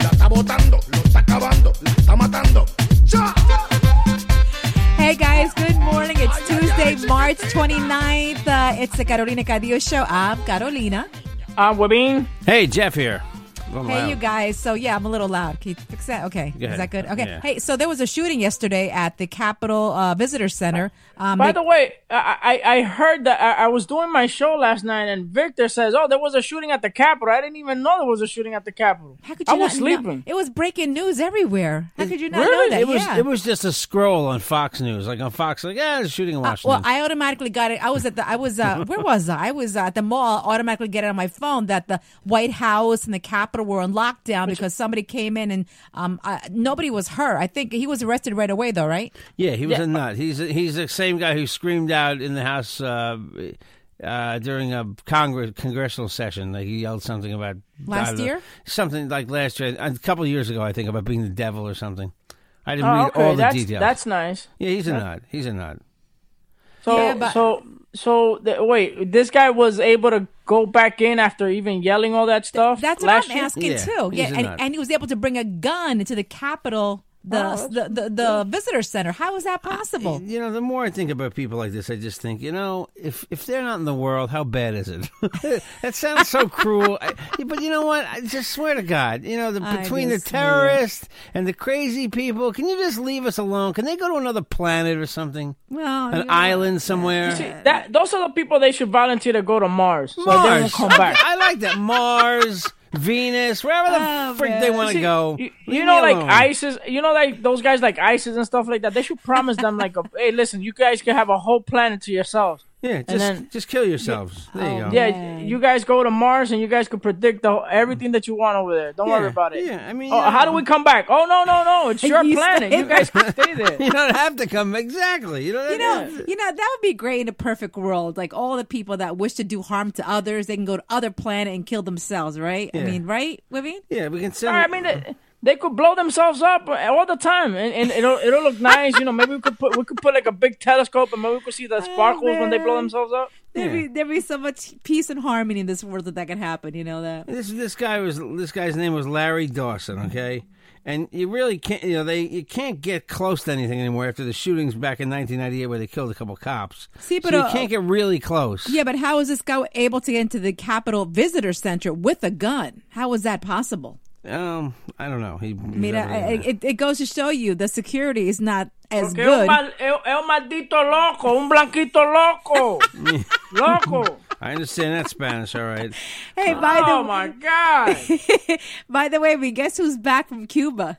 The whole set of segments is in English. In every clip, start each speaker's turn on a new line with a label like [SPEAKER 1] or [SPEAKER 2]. [SPEAKER 1] La está botando, lo está acabando, la está matando. ¡Ya!
[SPEAKER 2] Hey guys, good morning. It's Tuesday, March 29th. Uh, it's the Carolina Cadillo Show. I'm Carolina.
[SPEAKER 3] Um, Wabin,
[SPEAKER 4] Hey, Jeff here. I'm
[SPEAKER 2] Hey,
[SPEAKER 4] loud.
[SPEAKER 2] you guys. So, yeah, I'm a little loud. Can you fix that? Okay. Is
[SPEAKER 4] Go ahead.
[SPEAKER 2] that good? Okay.
[SPEAKER 4] Yeah.
[SPEAKER 2] Hey, so there was a shooting yesterday at the Capitol uh, Visitor Center. Um,
[SPEAKER 3] by the way, I, I I heard that I, I was doing my show last night, and Victor says, "Oh, there was a shooting at the Capitol." I didn't even know there was a shooting at the Capitol.
[SPEAKER 2] how could you
[SPEAKER 3] I was
[SPEAKER 2] not
[SPEAKER 3] sleeping.
[SPEAKER 2] Know? It was breaking news everywhere. How could you not
[SPEAKER 4] Really?
[SPEAKER 2] know that?
[SPEAKER 4] It was
[SPEAKER 2] yeah.
[SPEAKER 4] it was just a scroll on Fox News, like on Fox, like yeah, there's a shooting in
[SPEAKER 2] Uh,
[SPEAKER 4] Washington.
[SPEAKER 2] well, I automatically got it. I was at the. I was. Uh, where was I? I was uh, at the mall. Automatically get it on my phone that the White House and the Capitol were on lockdown because somebody came in and um, uh, nobody was hurt. I think he was arrested right away, though, right?
[SPEAKER 4] yeah, he was a nut. He's he's the same guy who screamed out in the House uh, uh, during a Congress congressional session. Like he yelled something about
[SPEAKER 2] Last
[SPEAKER 4] I don't know,
[SPEAKER 2] year?
[SPEAKER 4] something like last year, a couple of years ago, I think, about being the devil or something. I didn't
[SPEAKER 3] Oh,
[SPEAKER 4] read
[SPEAKER 3] okay,
[SPEAKER 4] all the
[SPEAKER 3] that's
[SPEAKER 4] details.
[SPEAKER 3] that's nice.
[SPEAKER 4] yeah, he's a nut. He's a nut.
[SPEAKER 3] So
[SPEAKER 2] Yeah, but-
[SPEAKER 3] so so th- wait, this guy was able to go back in after even yelling all that stuff.
[SPEAKER 2] That's what
[SPEAKER 3] last
[SPEAKER 2] I'm
[SPEAKER 3] year?
[SPEAKER 2] asking
[SPEAKER 4] Yeah,
[SPEAKER 2] too.
[SPEAKER 4] he's
[SPEAKER 2] Yeah,
[SPEAKER 4] a
[SPEAKER 2] and,
[SPEAKER 4] nut.
[SPEAKER 2] and he was able to bring a gun into the Capitol, the the, the the visitor center. How is that possible?
[SPEAKER 4] You know, the more I think about people like this, I just think, you know, if if they're not in the world, how bad is it? that sounds so cruel. I, but you know what? I just swear to God, you know, the,
[SPEAKER 2] I
[SPEAKER 4] between the
[SPEAKER 2] just knew it.
[SPEAKER 4] terrorists and the crazy people, can you just leave us alone? Can they go to another planet or something?
[SPEAKER 2] Well, you
[SPEAKER 4] An
[SPEAKER 2] know-
[SPEAKER 4] island somewhere?
[SPEAKER 3] That those are the people they should volunteer to go to Mars. So
[SPEAKER 4] Mars.
[SPEAKER 3] they won't come
[SPEAKER 4] I-
[SPEAKER 3] back.
[SPEAKER 4] I, like that. Mars, Venus, wherever the
[SPEAKER 2] Oh,
[SPEAKER 4] freak
[SPEAKER 2] man.
[SPEAKER 4] they want to go.
[SPEAKER 3] You,
[SPEAKER 4] Leave
[SPEAKER 3] you
[SPEAKER 4] me
[SPEAKER 3] know, like
[SPEAKER 4] alone.
[SPEAKER 3] ISIS. You know, like those guys, like ISIS and stuff like that. They should promise them, like, a, "Hey, listen, you guys can have a whole planet to yourselves."
[SPEAKER 4] Yeah, just
[SPEAKER 3] then- Oh.
[SPEAKER 4] just kill yourselves. There you go.
[SPEAKER 3] Yeah, you guys go to Mars and you guys could predict the, whole- everything that you want over there. Don't worry
[SPEAKER 4] Yeah,
[SPEAKER 3] about it.
[SPEAKER 4] yeah, I mean,
[SPEAKER 3] oh,
[SPEAKER 4] yeah.
[SPEAKER 3] how do we come back? Oh no, no, no! It's your
[SPEAKER 2] You
[SPEAKER 3] planet.
[SPEAKER 2] stay
[SPEAKER 3] You guys can stay there.
[SPEAKER 4] You don't have to come exactly. You don't.
[SPEAKER 2] You know, you know that would be great in a perfect world. Like all the people that wish to do harm to others, they can go to other planet and kill themselves, right? I
[SPEAKER 4] Yeah.
[SPEAKER 2] mean, right, Wivine?
[SPEAKER 4] Yeah, we can send.
[SPEAKER 3] I mean, they, they could blow themselves up uh, all the time, and, and it'll it'll look nice. You know, maybe we could put we could put like a big telescope, and maybe we could see
[SPEAKER 4] Oh,
[SPEAKER 3] the sparkles when they blow
[SPEAKER 2] man.
[SPEAKER 3] themselves up.
[SPEAKER 2] There'd
[SPEAKER 4] Yeah.
[SPEAKER 2] be there'd be so much peace and harmony in this world that that could happen. You know that.
[SPEAKER 4] This this guy was this guy's name was Larry Dawson, okay? And you really can't you know they you can't get close to anything anymore after the shootings back in 1998 where they killed a couple cops.
[SPEAKER 2] See, but,
[SPEAKER 4] so you
[SPEAKER 2] uh,
[SPEAKER 4] can't get really close.
[SPEAKER 2] Yeah, but how was this guy able to get into the Capitol Visitor Center with a gun? How was that possible?
[SPEAKER 4] Um, I don't know. He.
[SPEAKER 2] I mean, I, I, it, it goes to show you the security is not as
[SPEAKER 3] Que un
[SPEAKER 2] good.
[SPEAKER 3] mal- el, el maldito loco, un blanquito loco, loco.
[SPEAKER 4] I understand that Spanish, all right.
[SPEAKER 2] Hey, by the
[SPEAKER 3] Oh my god!
[SPEAKER 2] by the way, we guess who's back from Cuba?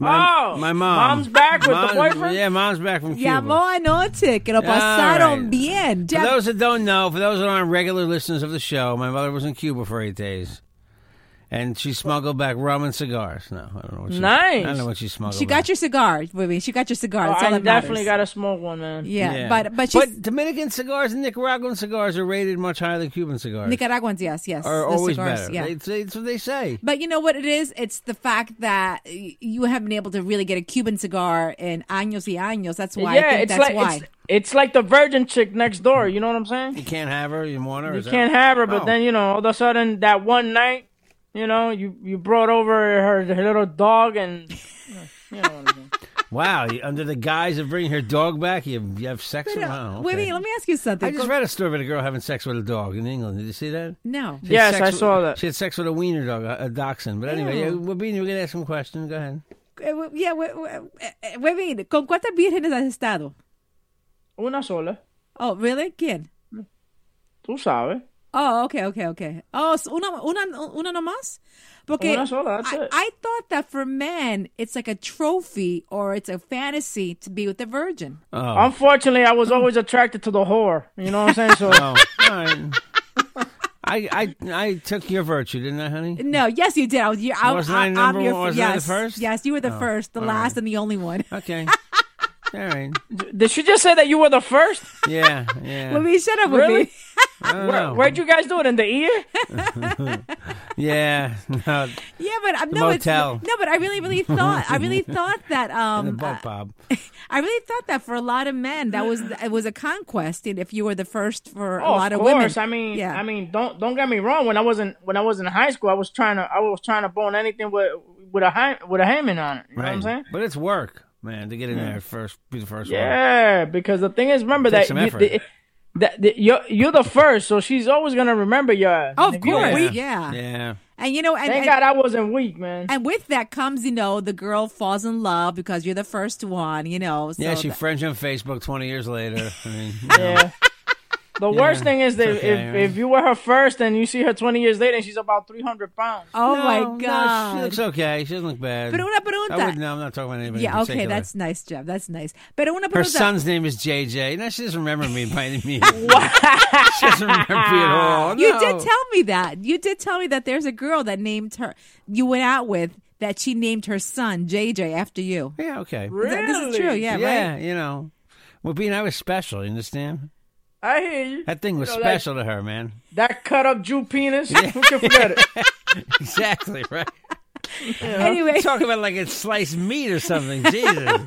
[SPEAKER 3] oh,
[SPEAKER 4] My mom.
[SPEAKER 3] Mom's back with
[SPEAKER 4] Mom's-
[SPEAKER 3] the boyfriend.
[SPEAKER 4] Yeah, mom's back from Cuba.
[SPEAKER 2] Llamó anoche que lo
[SPEAKER 4] All
[SPEAKER 2] pasaron
[SPEAKER 4] right.
[SPEAKER 2] bien.
[SPEAKER 4] For
[SPEAKER 2] Jeff-
[SPEAKER 4] those that don't know, for those that aren't regular listeners of the show, my mother was in Cuba for eight days, and she smuggled back rum and cigars. No, I don't know. What she,
[SPEAKER 3] Nice.
[SPEAKER 4] I don't know what she smuggled.
[SPEAKER 2] she
[SPEAKER 4] back.
[SPEAKER 2] got your cigar, baby. She got your cigar. That's all
[SPEAKER 3] Oh, I
[SPEAKER 2] that
[SPEAKER 3] definitely
[SPEAKER 2] matters.
[SPEAKER 3] gotta smoke one, man.
[SPEAKER 2] Yeah, but but she's
[SPEAKER 4] Dominican cigars and Nicaraguan cigans are rated much higher than Cuban cigars.
[SPEAKER 2] Nicaraguans. Yes, yes.
[SPEAKER 4] are
[SPEAKER 2] the
[SPEAKER 4] always
[SPEAKER 2] cigars,
[SPEAKER 4] better.
[SPEAKER 2] Yeah.
[SPEAKER 4] They- they- that's what they say.
[SPEAKER 2] But you know what it is? It's the fact that y- you haven't been able to really get a Cuban cigar in años y años. That's why. I
[SPEAKER 3] yeah,
[SPEAKER 2] think
[SPEAKER 3] it's
[SPEAKER 2] that's
[SPEAKER 3] like
[SPEAKER 2] why.
[SPEAKER 3] It's, it's like the virgin chick next door. You know what I'm saying?
[SPEAKER 4] You can't have her. You want her.
[SPEAKER 3] You can't have her, but then you know, all of a sudden, that one night, you know, you you brought over her, her little dog, and you know what I'm saying.
[SPEAKER 4] Wow, you- under the guise of bringing her dog back, you, you have sex with wow, Oh, okay.
[SPEAKER 2] Wait, let me ask you something.
[SPEAKER 4] I just read a story about a girl having sex with a dog in England. Did you see that?
[SPEAKER 2] no.
[SPEAKER 4] She had
[SPEAKER 3] Yes,
[SPEAKER 4] sex
[SPEAKER 3] I
[SPEAKER 4] with-
[SPEAKER 3] saw that.
[SPEAKER 4] She had sex with a wiener dog, a, a dachshund. But anyway, yeah, Wabini, we're going to ask some questions. Go ahead.
[SPEAKER 2] Eh, we- Yeah, we- we- eh, eh, Webin, ¿con cuántas vírgenes has estado?
[SPEAKER 3] Una sola.
[SPEAKER 2] Oh, really? ¿Quién?
[SPEAKER 3] Tú sabes.
[SPEAKER 2] Oh, okay, okay, okay. Oh, so una, una, una nomás? Porque
[SPEAKER 3] Una sola, that's
[SPEAKER 2] I,
[SPEAKER 3] it.
[SPEAKER 2] I thought that for men, it's like a trophy or it's a fantasy to be with the virgin.
[SPEAKER 3] Unfortunately, I was always attracted to the whore. You know what I'm saying? So
[SPEAKER 4] Oh, all right. I, I, I took your virtue, didn't I, honey?
[SPEAKER 2] No, yes, you did. I was, you, I,
[SPEAKER 4] Wasn't I
[SPEAKER 2] I,
[SPEAKER 4] number
[SPEAKER 2] am your,
[SPEAKER 4] one? Wasn't I
[SPEAKER 2] yes,
[SPEAKER 4] the first?
[SPEAKER 2] Yes, you were the first, the last, and the only one.
[SPEAKER 4] Okay. All right.
[SPEAKER 3] did she just say that you were the first?
[SPEAKER 4] Yeah, yeah.
[SPEAKER 2] Webin, shut up, Webin.
[SPEAKER 3] Really?
[SPEAKER 4] I don't
[SPEAKER 3] Where,
[SPEAKER 4] know.
[SPEAKER 3] where'd you guys do it in the ear?
[SPEAKER 4] Yeah. No,
[SPEAKER 2] Yeah, but I'm no, it's,
[SPEAKER 4] motel.
[SPEAKER 2] no, but I really, really thought, I really thought that, um,
[SPEAKER 4] the butt,
[SPEAKER 2] uh,
[SPEAKER 4] Bob.
[SPEAKER 2] I really thought that for a lot of men, that was it was a conquest and if you were the first for a
[SPEAKER 3] Oh,
[SPEAKER 2] lot
[SPEAKER 3] of
[SPEAKER 2] of women.
[SPEAKER 3] course. I mean, I mean, don't don't get me wrong. When I wasn't when I was in high school, I was trying to I was trying to bone anything with with a hy- with a hymen on it. You know what I'm saying?
[SPEAKER 4] But it's work, man, to get in there first, be the first one.
[SPEAKER 3] Yeah, because the thing is, remember
[SPEAKER 4] Takes
[SPEAKER 3] that
[SPEAKER 4] some
[SPEAKER 3] you,
[SPEAKER 4] effort.
[SPEAKER 3] the, that the, you're you're the first, so she's always gonna remember you.
[SPEAKER 2] Oh, of
[SPEAKER 3] If you're
[SPEAKER 2] course,
[SPEAKER 3] weak-
[SPEAKER 2] yeah.
[SPEAKER 4] Yeah.
[SPEAKER 2] and you know, and, and,
[SPEAKER 3] Thank God I wasn't weak, man.
[SPEAKER 2] and with that comes, you know, the girl falls in love because you're the first one, you know. So
[SPEAKER 4] Yeah, she
[SPEAKER 2] that-
[SPEAKER 4] friends you on Facebook 20 years later. I mean, you know.
[SPEAKER 3] Yeah. The worst thing is that
[SPEAKER 4] it's okay,
[SPEAKER 3] if,
[SPEAKER 4] right?
[SPEAKER 3] if you were her first and you see her 20 years later and she's about 300 pounds.
[SPEAKER 2] oh
[SPEAKER 4] No, no,
[SPEAKER 2] my god.
[SPEAKER 4] she looks okay. She doesn't look bad.
[SPEAKER 2] Pero una
[SPEAKER 4] I
[SPEAKER 2] pregunta.
[SPEAKER 4] would, no, I'm not talking about anybody. in
[SPEAKER 2] yeah, okay,
[SPEAKER 4] particular.
[SPEAKER 2] that's nice, Jeff. That's nice. Pero una pregunta.
[SPEAKER 4] Her son's name is JJ. Now she doesn't remember me by any means. She doesn't remember me at all.
[SPEAKER 2] You
[SPEAKER 4] No.
[SPEAKER 2] did tell me that. You did tell me that there's a girl that named her. You went out with that. She named her son JJ after you.
[SPEAKER 4] Yeah, okay.
[SPEAKER 2] Is that- This is
[SPEAKER 3] Really?
[SPEAKER 2] true. Yeah. Right.
[SPEAKER 4] Yeah, you know. Well, being I was special, you understand?
[SPEAKER 3] I hear you.
[SPEAKER 4] That thing was
[SPEAKER 3] You know, like-
[SPEAKER 4] special to her, man.
[SPEAKER 3] That cut up Jew penis. Who can forget it?
[SPEAKER 4] Exactly, right?
[SPEAKER 2] Anyway.
[SPEAKER 4] Talk about like it's sliced meat or something. Jesus.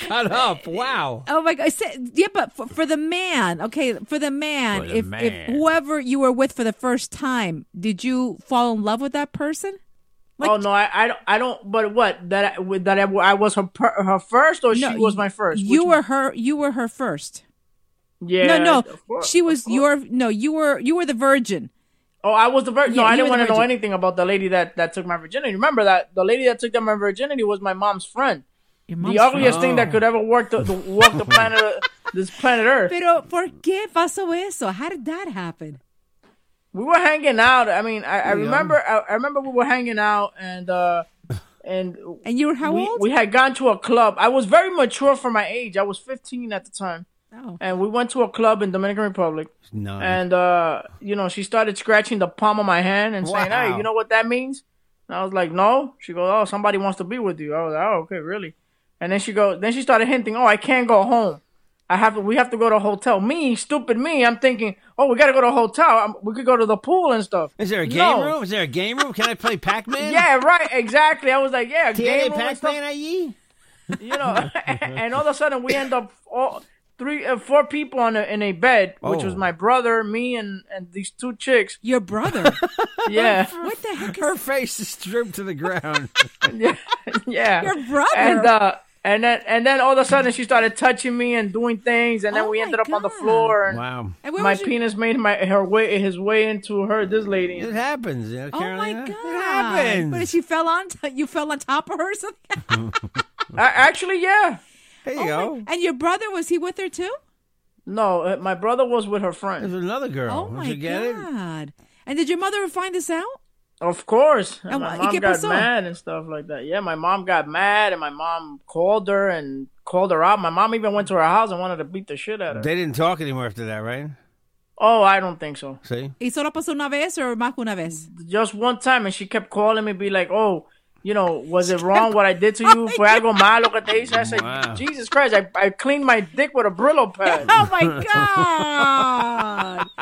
[SPEAKER 4] Cut up. Wow.
[SPEAKER 2] Oh my God! Say- Yeah, but for, for the man, okay, for the man,
[SPEAKER 4] For the
[SPEAKER 2] if
[SPEAKER 4] man.
[SPEAKER 2] if whoever you were with for the first time, did you fall in love with that person?
[SPEAKER 3] oh, no, I, I, don't, I don't. But what? That I, with- that I, I was her per, her first or she was my first?
[SPEAKER 2] You
[SPEAKER 3] Which
[SPEAKER 2] were her. You were her first.
[SPEAKER 3] one? Yeah.
[SPEAKER 2] no,
[SPEAKER 3] of
[SPEAKER 2] no,
[SPEAKER 3] course,
[SPEAKER 2] she was
[SPEAKER 3] of course.
[SPEAKER 2] your. No, you were you were the virgin.
[SPEAKER 3] Oh, I was the virgin.
[SPEAKER 2] Yeah,
[SPEAKER 3] no, I
[SPEAKER 2] you
[SPEAKER 3] didn't
[SPEAKER 2] were
[SPEAKER 3] want
[SPEAKER 2] the
[SPEAKER 3] to know
[SPEAKER 2] virgin.
[SPEAKER 3] anything about the lady that, that took my virginity. Remember that the lady that took my virginity was my mom's friend.
[SPEAKER 2] Your
[SPEAKER 3] the
[SPEAKER 2] mom's
[SPEAKER 3] ugliest
[SPEAKER 4] friend.
[SPEAKER 3] thing that could ever work the, the walk the planet uh, this planet Earth.
[SPEAKER 2] Pero por qué pasó eso? How did that happen?
[SPEAKER 3] we were hanging out. I mean, I, I
[SPEAKER 4] Yeah.
[SPEAKER 3] remember. I, I remember we were hanging out, and uh, and
[SPEAKER 2] And you were how
[SPEAKER 3] we,
[SPEAKER 2] old?
[SPEAKER 3] we had gone to a club. I was very mature for my age. I was 15 at the time,
[SPEAKER 2] oh.
[SPEAKER 3] and we went to a club in Dominican Republic.
[SPEAKER 4] No.
[SPEAKER 3] And uh, you know, she started scratching the palm of my hand and saying,
[SPEAKER 4] Wow.
[SPEAKER 3] "Hey, you know what that means?" And I was like, "No." She goes, "Oh, somebody wants to be with you." I was like, "Oh, okay, really?" And then she goes, then she started hinting, "Oh, I can't go home. I have to. We have to go to a hotel." Me, stupid me, I'm thinking, "Oh, we gotta go to a hotel. i we could go to the pool and stuff."
[SPEAKER 4] Is there a game
[SPEAKER 3] No.
[SPEAKER 4] room? Is there a game room? Can I play Pac Man?
[SPEAKER 3] Yeah, right, exactly. I was like, "Yeah, game
[SPEAKER 4] Can
[SPEAKER 3] room and
[SPEAKER 4] I Pac
[SPEAKER 3] stuff."
[SPEAKER 4] Man? Are ye?
[SPEAKER 3] you know, and all of a sudden we end up all three, uh, four people on a, in a bed, which
[SPEAKER 4] Oh.
[SPEAKER 3] was my brother, me, and and these two chicks.
[SPEAKER 2] Your brother.
[SPEAKER 3] Yeah,
[SPEAKER 2] what the heck is
[SPEAKER 4] Her face is stripped to the ground.
[SPEAKER 3] yeah,
[SPEAKER 2] your brother?
[SPEAKER 3] and uh, and then and then all of a sudden she started touching me and doing things, and then
[SPEAKER 2] Oh
[SPEAKER 3] we
[SPEAKER 2] my
[SPEAKER 3] ended up on the
[SPEAKER 2] God.
[SPEAKER 3] floor. And
[SPEAKER 4] wow.
[SPEAKER 2] And where
[SPEAKER 3] my
[SPEAKER 2] was you-
[SPEAKER 3] penis made my her way his way into her this lady.
[SPEAKER 4] It happens. You know,
[SPEAKER 2] Oh my
[SPEAKER 4] Carolina.
[SPEAKER 2] god!
[SPEAKER 4] It happens.
[SPEAKER 2] What, she fell on? T- you fell on top of her or something?
[SPEAKER 3] I, actually, yeah.
[SPEAKER 4] There you
[SPEAKER 2] Oh
[SPEAKER 4] go.
[SPEAKER 2] and your brother was he with her too?
[SPEAKER 3] No, uh, my brother was with her
[SPEAKER 4] There's
[SPEAKER 3] friend.
[SPEAKER 4] another girl.
[SPEAKER 2] Oh
[SPEAKER 4] Don't
[SPEAKER 2] my
[SPEAKER 4] you get it?
[SPEAKER 2] god! And did your mother find this out?
[SPEAKER 3] Of course. And
[SPEAKER 2] And
[SPEAKER 3] my
[SPEAKER 2] wh-
[SPEAKER 3] mom
[SPEAKER 2] Oh, ¿y qué
[SPEAKER 3] got
[SPEAKER 2] pasó?
[SPEAKER 3] mad and stuff like that. Yeah, my mom got mad and my mom called her and called her out. My mom even went to her house and wanted to beat the shit out of her.
[SPEAKER 4] They didn't talk anymore after that, right?
[SPEAKER 3] oh, I don't think so.
[SPEAKER 4] See?
[SPEAKER 2] ¿Y solo pasó una vez o más que una vez?
[SPEAKER 3] Just one time and she kept calling me, be like, oh, you know, was it wrong what I did to you? Fue algo malo que te hice? I said,
[SPEAKER 4] Wow.
[SPEAKER 3] Jesus Christ, I, I cleaned my dick with a Brillo pad.
[SPEAKER 2] Oh my god!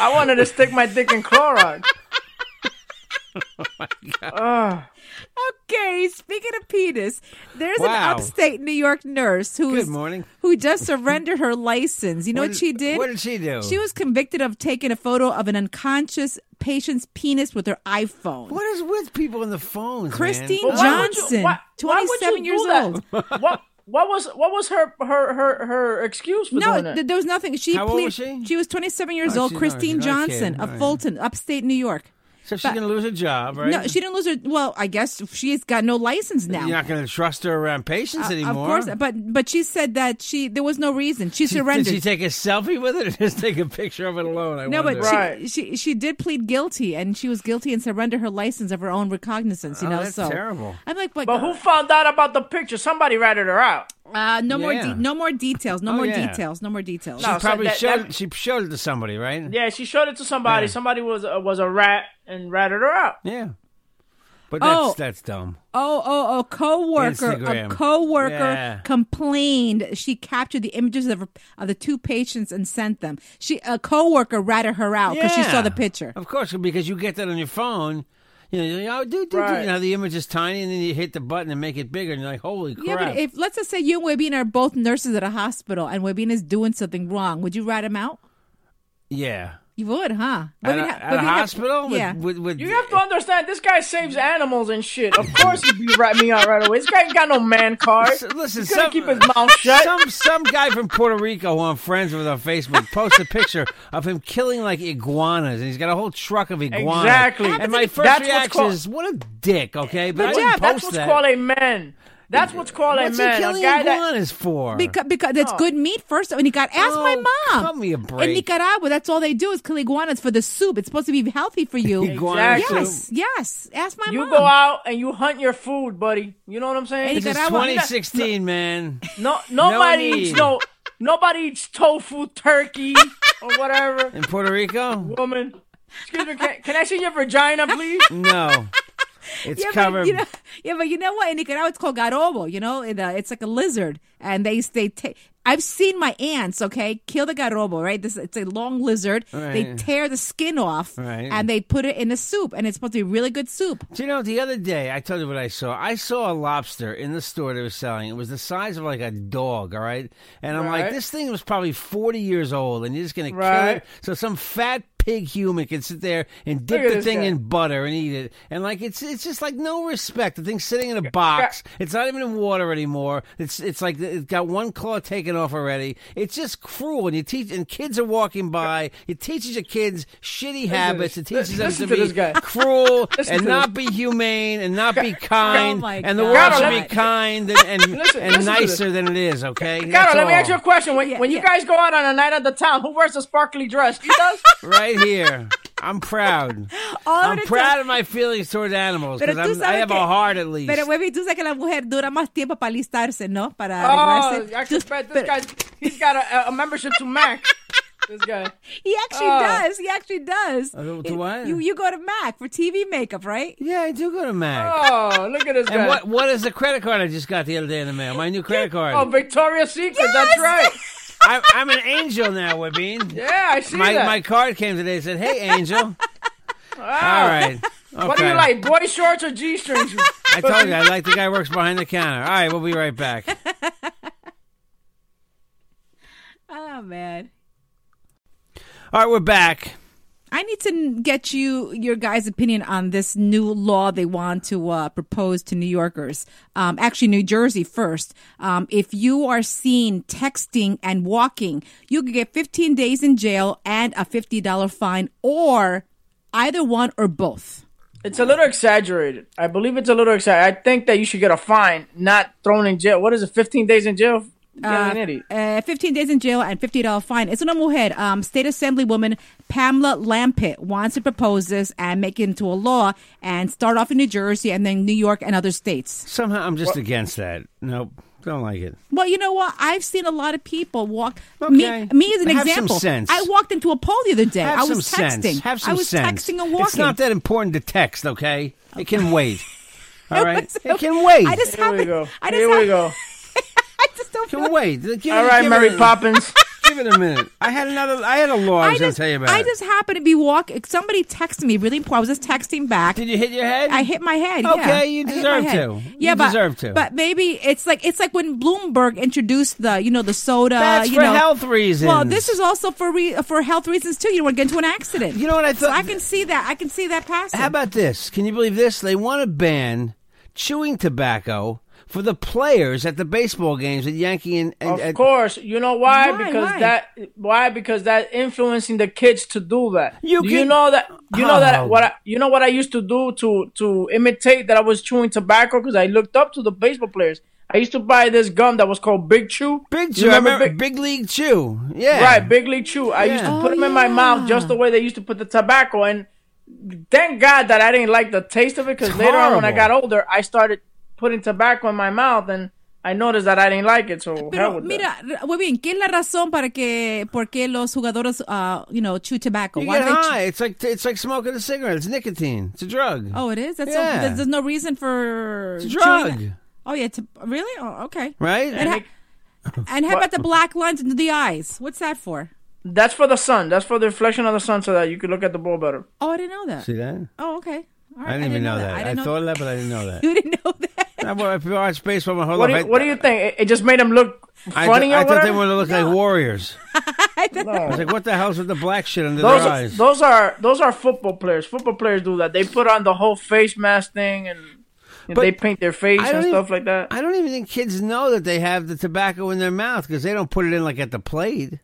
[SPEAKER 3] I wanted to stick my dick in Clorox.
[SPEAKER 2] Okay, speaking of penis, there's
[SPEAKER 4] Wow.
[SPEAKER 2] an upstate New York nurse who
[SPEAKER 4] Good
[SPEAKER 2] is-
[SPEAKER 4] morning.
[SPEAKER 2] who just surrendered her license. You know what, she did?
[SPEAKER 4] What did she do?
[SPEAKER 2] She was convicted of taking a photo of an unconscious patient's penis with her iPhone.
[SPEAKER 4] What is with people on the phones?
[SPEAKER 2] Christine
[SPEAKER 4] man? Oh,
[SPEAKER 3] But why would you-
[SPEAKER 2] Johnson,
[SPEAKER 3] why- why would you
[SPEAKER 2] 27
[SPEAKER 3] do
[SPEAKER 2] years
[SPEAKER 3] that?
[SPEAKER 2] old.
[SPEAKER 3] what what was what was her her her, her excuse for
[SPEAKER 2] No,
[SPEAKER 3] doing that?
[SPEAKER 2] th- there was nothing. She
[SPEAKER 4] How old
[SPEAKER 2] plead-
[SPEAKER 4] was she?
[SPEAKER 2] was 27 years
[SPEAKER 4] Oh,
[SPEAKER 2] old.
[SPEAKER 4] she's not-
[SPEAKER 2] Christine
[SPEAKER 4] she's not a kid.
[SPEAKER 2] Johnson of
[SPEAKER 4] All right.
[SPEAKER 2] Fulton, upstate New York.
[SPEAKER 4] So she's
[SPEAKER 2] but-
[SPEAKER 4] gonna lose her job, right?
[SPEAKER 2] No, she didn't lose her. Well, I guess she's got no license now.
[SPEAKER 4] You're not gonna trust her around patients
[SPEAKER 2] Uh,
[SPEAKER 4] anymore.
[SPEAKER 2] Of course, but but she said that she there was no reason she,
[SPEAKER 4] She-
[SPEAKER 2] surrendered.
[SPEAKER 4] Did she take a selfie with it or just take a picture of it alone? I
[SPEAKER 2] no,
[SPEAKER 4] wonder.
[SPEAKER 2] but she,
[SPEAKER 3] Right.
[SPEAKER 2] she she did plead guilty, and she was guilty and surrendered her license of her own recognizance. You
[SPEAKER 4] Oh,
[SPEAKER 2] know,
[SPEAKER 4] that's
[SPEAKER 2] so
[SPEAKER 4] terrible.
[SPEAKER 2] I'm like, but
[SPEAKER 3] but who found out about the picture? Somebody ratted her out.
[SPEAKER 2] uh, no more
[SPEAKER 4] Yeah.
[SPEAKER 2] de- no more details, no
[SPEAKER 4] Oh,
[SPEAKER 2] more
[SPEAKER 4] yeah.
[SPEAKER 2] details, no more details.
[SPEAKER 4] She
[SPEAKER 3] No, Oh, so
[SPEAKER 4] probably
[SPEAKER 3] that-
[SPEAKER 4] showed
[SPEAKER 3] that-
[SPEAKER 4] she showed it to somebody, right?
[SPEAKER 3] Yeah, she showed it to somebody.
[SPEAKER 4] Yeah.
[SPEAKER 3] Somebody was uh, was a rat and ratted her out.
[SPEAKER 4] Yeah. But that's
[SPEAKER 2] Oh.
[SPEAKER 4] that's dumb.
[SPEAKER 2] Oh, oh, oh, coworker,
[SPEAKER 4] Instagram.
[SPEAKER 2] a coworker
[SPEAKER 4] Yeah.
[SPEAKER 2] complained she captured the images of, of the two patients and sent them. She a coworker ratted her out because she saw
[SPEAKER 4] Yeah.
[SPEAKER 2] the picture.
[SPEAKER 4] Of course, because you get that on your phone. You know, you're like, oh, dude, dude,
[SPEAKER 3] Right.
[SPEAKER 4] you know, the image is tiny, and then you hit the button and make it bigger, and you're like, holy crap!
[SPEAKER 2] Yeah, but if let's just say you and Webin are both nurses at a hospital and Webin is doing something wrong, would you rat him out?
[SPEAKER 4] yeah.
[SPEAKER 2] You would, huh?
[SPEAKER 4] At, a,
[SPEAKER 2] Webin ha-
[SPEAKER 4] at a
[SPEAKER 2] Webin ha-
[SPEAKER 4] hospital, with-
[SPEAKER 2] yeah.
[SPEAKER 4] With, with,
[SPEAKER 3] You have to understand, this guy saves animals and shit. Of course he'd be ratting me out right away. This guy ain't got no man card.
[SPEAKER 4] S- Listen,
[SPEAKER 3] He's gotta
[SPEAKER 4] some,
[SPEAKER 3] keep his mouth shut.
[SPEAKER 4] Some some guy from Puerto Rico who I'm friends with on Facebook posted a picture of him killing like iguanas, and he's got a whole truck of iguanas.
[SPEAKER 3] Exactly.
[SPEAKER 4] And my first
[SPEAKER 3] That's what's
[SPEAKER 4] reaction
[SPEAKER 3] called-
[SPEAKER 4] is, what a dick. Okay, but, I
[SPEAKER 3] But
[SPEAKER 4] didn't
[SPEAKER 3] yeah, that's
[SPEAKER 4] post
[SPEAKER 3] what's
[SPEAKER 4] that.
[SPEAKER 3] called a man. That's what's called
[SPEAKER 4] What's
[SPEAKER 3] a man.
[SPEAKER 4] he
[SPEAKER 3] A
[SPEAKER 4] killing
[SPEAKER 3] guy that
[SPEAKER 4] iguanas for?
[SPEAKER 2] because, because that's good meat first. And he got asked my
[SPEAKER 4] Oh,
[SPEAKER 2] mom.
[SPEAKER 4] cut me a break.
[SPEAKER 2] In Nicaragua, that's all they do is kill iguanas for the soup. It's supposed to be healthy for you.
[SPEAKER 4] Iguana
[SPEAKER 3] Exactly.
[SPEAKER 4] soup.
[SPEAKER 2] Yes, yes. Ask my
[SPEAKER 3] you
[SPEAKER 2] mom.
[SPEAKER 3] go out and you hunt your food, buddy. You know what I'm saying?
[SPEAKER 4] This is
[SPEAKER 2] Nicaragua.
[SPEAKER 4] 2016, man.
[SPEAKER 3] No, nobody
[SPEAKER 4] No
[SPEAKER 3] eats
[SPEAKER 4] need.
[SPEAKER 3] no. Nobody eats tofu, turkey, or whatever.
[SPEAKER 4] In Puerto Rico?
[SPEAKER 3] Woman, excuse me. Can, can I see your vagina, please?
[SPEAKER 4] No. It's
[SPEAKER 2] yeah,
[SPEAKER 4] covered.
[SPEAKER 2] But, you know, yeah, but you know what? In Nicaragua, it's called garobo. You know, it, uh, it's like a lizard, and they they take. I've seen my aunts. Okay, kill the garobo. Right, this it's a long lizard. They
[SPEAKER 4] Right.
[SPEAKER 2] tear the skin off,
[SPEAKER 4] Right.
[SPEAKER 2] and they put it in a soup, and it's supposed to be really good soup.
[SPEAKER 4] Do you know, the other day, I told you what I saw. I saw a lobster in the store they were selling. It was the size of like a dog, all right? And I'm like,
[SPEAKER 3] Right.
[SPEAKER 4] this thing was probably 40 years old, and you're just going to kill
[SPEAKER 3] Right.
[SPEAKER 4] it. So some fat pig human can sit there and dip
[SPEAKER 3] Look at
[SPEAKER 4] the
[SPEAKER 3] this
[SPEAKER 4] thing
[SPEAKER 3] guy.
[SPEAKER 4] in butter and eat it. And like, it's it's just like no respect. The thing's sitting in a box. It's not even in water anymore. It's it's like it's got one claw taken off already. It's just cruel. And you teach, and kids are walking by. It teaches your kids shitty habits. It teaches them
[SPEAKER 3] listen
[SPEAKER 4] to
[SPEAKER 3] to
[SPEAKER 4] be
[SPEAKER 3] this guy.
[SPEAKER 4] cruel
[SPEAKER 3] Listen
[SPEAKER 4] and
[SPEAKER 3] to
[SPEAKER 4] not be humane and not be kind.
[SPEAKER 2] my
[SPEAKER 4] and the
[SPEAKER 2] God.
[SPEAKER 4] world should be
[SPEAKER 3] Oh Gotta-
[SPEAKER 4] kind and, and,
[SPEAKER 3] Listen- listen
[SPEAKER 4] and
[SPEAKER 3] to this.
[SPEAKER 4] nicer than it is, okay? That's
[SPEAKER 3] Carol, let me
[SPEAKER 4] all.
[SPEAKER 3] ask you a question. When, when you
[SPEAKER 2] yeah.
[SPEAKER 3] guys go out on a night at the town, who wears a sparkly dress? He does.
[SPEAKER 4] Right here. I'm proud.
[SPEAKER 2] All
[SPEAKER 4] I'm proud of my feelings toward animals because
[SPEAKER 2] Pero tú
[SPEAKER 4] I
[SPEAKER 2] sabes
[SPEAKER 4] have
[SPEAKER 2] que-
[SPEAKER 4] a heart at least.
[SPEAKER 2] Pero, Webby, tú sabes que la mujer dura más tiempo para listarse, ¿no? Para
[SPEAKER 3] oh,
[SPEAKER 2] arreglarse.
[SPEAKER 3] I can
[SPEAKER 2] Just-
[SPEAKER 3] bet this
[SPEAKER 2] pero-
[SPEAKER 3] guy. He's got a, a membership to Mac. This guy.
[SPEAKER 2] He actually
[SPEAKER 3] Oh.
[SPEAKER 2] does. He actually does.
[SPEAKER 4] Oh, to what?
[SPEAKER 2] You, you go to Mac for TV makeup, right?
[SPEAKER 4] yeah, I do go to Mac.
[SPEAKER 3] Oh, look at this
[SPEAKER 4] and
[SPEAKER 3] guy.
[SPEAKER 4] what what is the credit card I just got the other day in the mail? My new credit card.
[SPEAKER 3] Oh, Victoria's Secret. That's right.
[SPEAKER 4] I'm, I'm an angel now, Webin.
[SPEAKER 3] Yeah, I see
[SPEAKER 4] My
[SPEAKER 3] that.
[SPEAKER 4] my card came today. and Said, "Hey, angel." All right. Okay.
[SPEAKER 3] What do you like, boy shorts or g strings?
[SPEAKER 4] I told you I like the guy who works behind the counter. All right, we'll be right back.
[SPEAKER 2] Oh, man.
[SPEAKER 4] All right, we're back.
[SPEAKER 2] I need to get you your guys' opinion on this new law they want to uh, propose to New Yorkers. Um, actually, New Jersey first. Um, if you are seen texting and walking, you could get 15 days in jail and a $50 fine, or either one or both.
[SPEAKER 3] It's a little exaggerated. I believe it's a little exaggerated. I think that you should get a fine, not thrown in jail. What is it? Fifteen days in jail? You're an idiot.
[SPEAKER 2] Uh, 15 days in jail and $50 fine. It's una mujer. Um, State Assemblywoman Pamela Lampit wants to propose this and make it into a law and start off in New Jersey and then New York and other states.
[SPEAKER 4] Somehow I'm just against that. Nope, don't like it.
[SPEAKER 2] Well, you know what? I've seen a lot of people walk.
[SPEAKER 4] Okay.
[SPEAKER 2] Me, me as an
[SPEAKER 4] Have some
[SPEAKER 2] example.
[SPEAKER 4] sense.
[SPEAKER 2] I walked into a poll the other day.
[SPEAKER 4] Have
[SPEAKER 2] I
[SPEAKER 4] some
[SPEAKER 2] was texting.
[SPEAKER 4] sense. Have some
[SPEAKER 2] I was
[SPEAKER 4] sense.
[SPEAKER 2] texting and walking.
[SPEAKER 4] It's not that important to text, okay? It can wait. All
[SPEAKER 2] It
[SPEAKER 4] right,
[SPEAKER 2] was-
[SPEAKER 4] it can wait.
[SPEAKER 2] I just
[SPEAKER 3] Here we
[SPEAKER 2] haven't.
[SPEAKER 3] go.
[SPEAKER 2] I just
[SPEAKER 3] Here we
[SPEAKER 2] haven't-
[SPEAKER 3] go.
[SPEAKER 2] I just don't
[SPEAKER 4] It
[SPEAKER 2] feel
[SPEAKER 4] can wait. Give-
[SPEAKER 3] All right,
[SPEAKER 4] give
[SPEAKER 3] Mary
[SPEAKER 4] it-
[SPEAKER 3] Poppins.
[SPEAKER 4] give Give it a minute. I had another. I had a law. I, was
[SPEAKER 2] I
[SPEAKER 4] going
[SPEAKER 2] just,
[SPEAKER 4] to tell you about.
[SPEAKER 2] I
[SPEAKER 4] it.
[SPEAKER 2] just happened to be walking. Somebody texted me really important. I was just texting back.
[SPEAKER 4] Did you hit your head?
[SPEAKER 2] I hit my head. yeah.
[SPEAKER 4] Okay, you
[SPEAKER 2] I hit
[SPEAKER 4] deserve
[SPEAKER 2] my head.
[SPEAKER 4] to.
[SPEAKER 2] Yeah,
[SPEAKER 4] You
[SPEAKER 2] but
[SPEAKER 4] deserve to.
[SPEAKER 2] But maybe it's like it's like when Bloomberg introduced the you know the soda.
[SPEAKER 4] That's
[SPEAKER 2] you
[SPEAKER 4] for
[SPEAKER 2] know.
[SPEAKER 4] health reasons.
[SPEAKER 2] Well, this is also for re- for health reasons too. You don't want to get into an accident.
[SPEAKER 4] You know what I
[SPEAKER 2] So
[SPEAKER 4] thought-
[SPEAKER 2] I can see that. I can see that passing.
[SPEAKER 4] How about this? Can you believe this? They want to ban chewing tobacco for the players at the baseball games at Yankee and, and
[SPEAKER 3] Of
[SPEAKER 4] at-
[SPEAKER 3] course, you know why?
[SPEAKER 2] Why?
[SPEAKER 3] Because
[SPEAKER 2] Why?
[SPEAKER 3] that why because that influencing the kids to do that.
[SPEAKER 4] You
[SPEAKER 3] You,
[SPEAKER 4] can-
[SPEAKER 3] know that you know
[SPEAKER 4] Oh.
[SPEAKER 3] that what I, you know what I used to do to to imitate that I was chewing tobacco because I looked up to the baseball players. I used to buy this gum that was called Big Chew.
[SPEAKER 4] Big
[SPEAKER 3] You
[SPEAKER 4] Chew. I remember
[SPEAKER 3] Big,
[SPEAKER 4] Big League Chew. Yeah.
[SPEAKER 3] Right, Big League Chew. I used
[SPEAKER 4] Yeah.
[SPEAKER 3] to put them in my mouth just the way they used to put the tobacco. And thank God that I didn't like the taste of it because
[SPEAKER 4] It's
[SPEAKER 3] later on when I got
[SPEAKER 4] horrible.
[SPEAKER 3] older, I started putting tobacco in my mouth and I noticed that I didn't like it. So hell
[SPEAKER 2] Pero
[SPEAKER 3] with
[SPEAKER 2] mira,
[SPEAKER 3] that.
[SPEAKER 2] muy bien. ¿Qué es la razón para que por qué los jugadores, uh, you know, chew tobacco?
[SPEAKER 4] You
[SPEAKER 2] Why
[SPEAKER 4] get
[SPEAKER 2] do they chew-
[SPEAKER 4] high. It's like it's like smoking a cigarette. It's nicotine. It's a drug.
[SPEAKER 2] Oh, it is. That's
[SPEAKER 4] Yeah.
[SPEAKER 2] so, there's, there's no reason for
[SPEAKER 4] It's a drug.
[SPEAKER 2] chewing- Oh yeah, to, really? Oh, okay.
[SPEAKER 4] Right?
[SPEAKER 2] And, ha- and how about the black lines into the eyes? What's that for?
[SPEAKER 3] That's for the sun. That's for the reflection of the sun so that you could look at the ball better.
[SPEAKER 2] Oh, I didn't know that.
[SPEAKER 4] See that?
[SPEAKER 2] Oh, okay. All right.
[SPEAKER 4] I didn't even know that. I,
[SPEAKER 2] didn't
[SPEAKER 4] thought of that, but I didn't know that.
[SPEAKER 2] you didn't know that.
[SPEAKER 4] I wa- I watched baseball my whole
[SPEAKER 3] What do
[SPEAKER 4] life.
[SPEAKER 3] you, what do you think? It, it just made them look
[SPEAKER 4] I,
[SPEAKER 3] funny or
[SPEAKER 4] I, I thought they
[SPEAKER 3] whatever?
[SPEAKER 4] wanted to look like warriors. I was
[SPEAKER 3] No.
[SPEAKER 4] like, what the hell's with the black shit under
[SPEAKER 3] Those,
[SPEAKER 4] their
[SPEAKER 3] are-
[SPEAKER 4] eyes?
[SPEAKER 3] those are those are football players. Football players do that. They put on the whole face mask thing and
[SPEAKER 4] But
[SPEAKER 3] they paint their face
[SPEAKER 4] I don't e
[SPEAKER 3] and
[SPEAKER 4] even-
[SPEAKER 3] stuff like that.
[SPEAKER 4] I don't even think kids know that they have the tobacco in their mouth because they don't put it in like at the plate.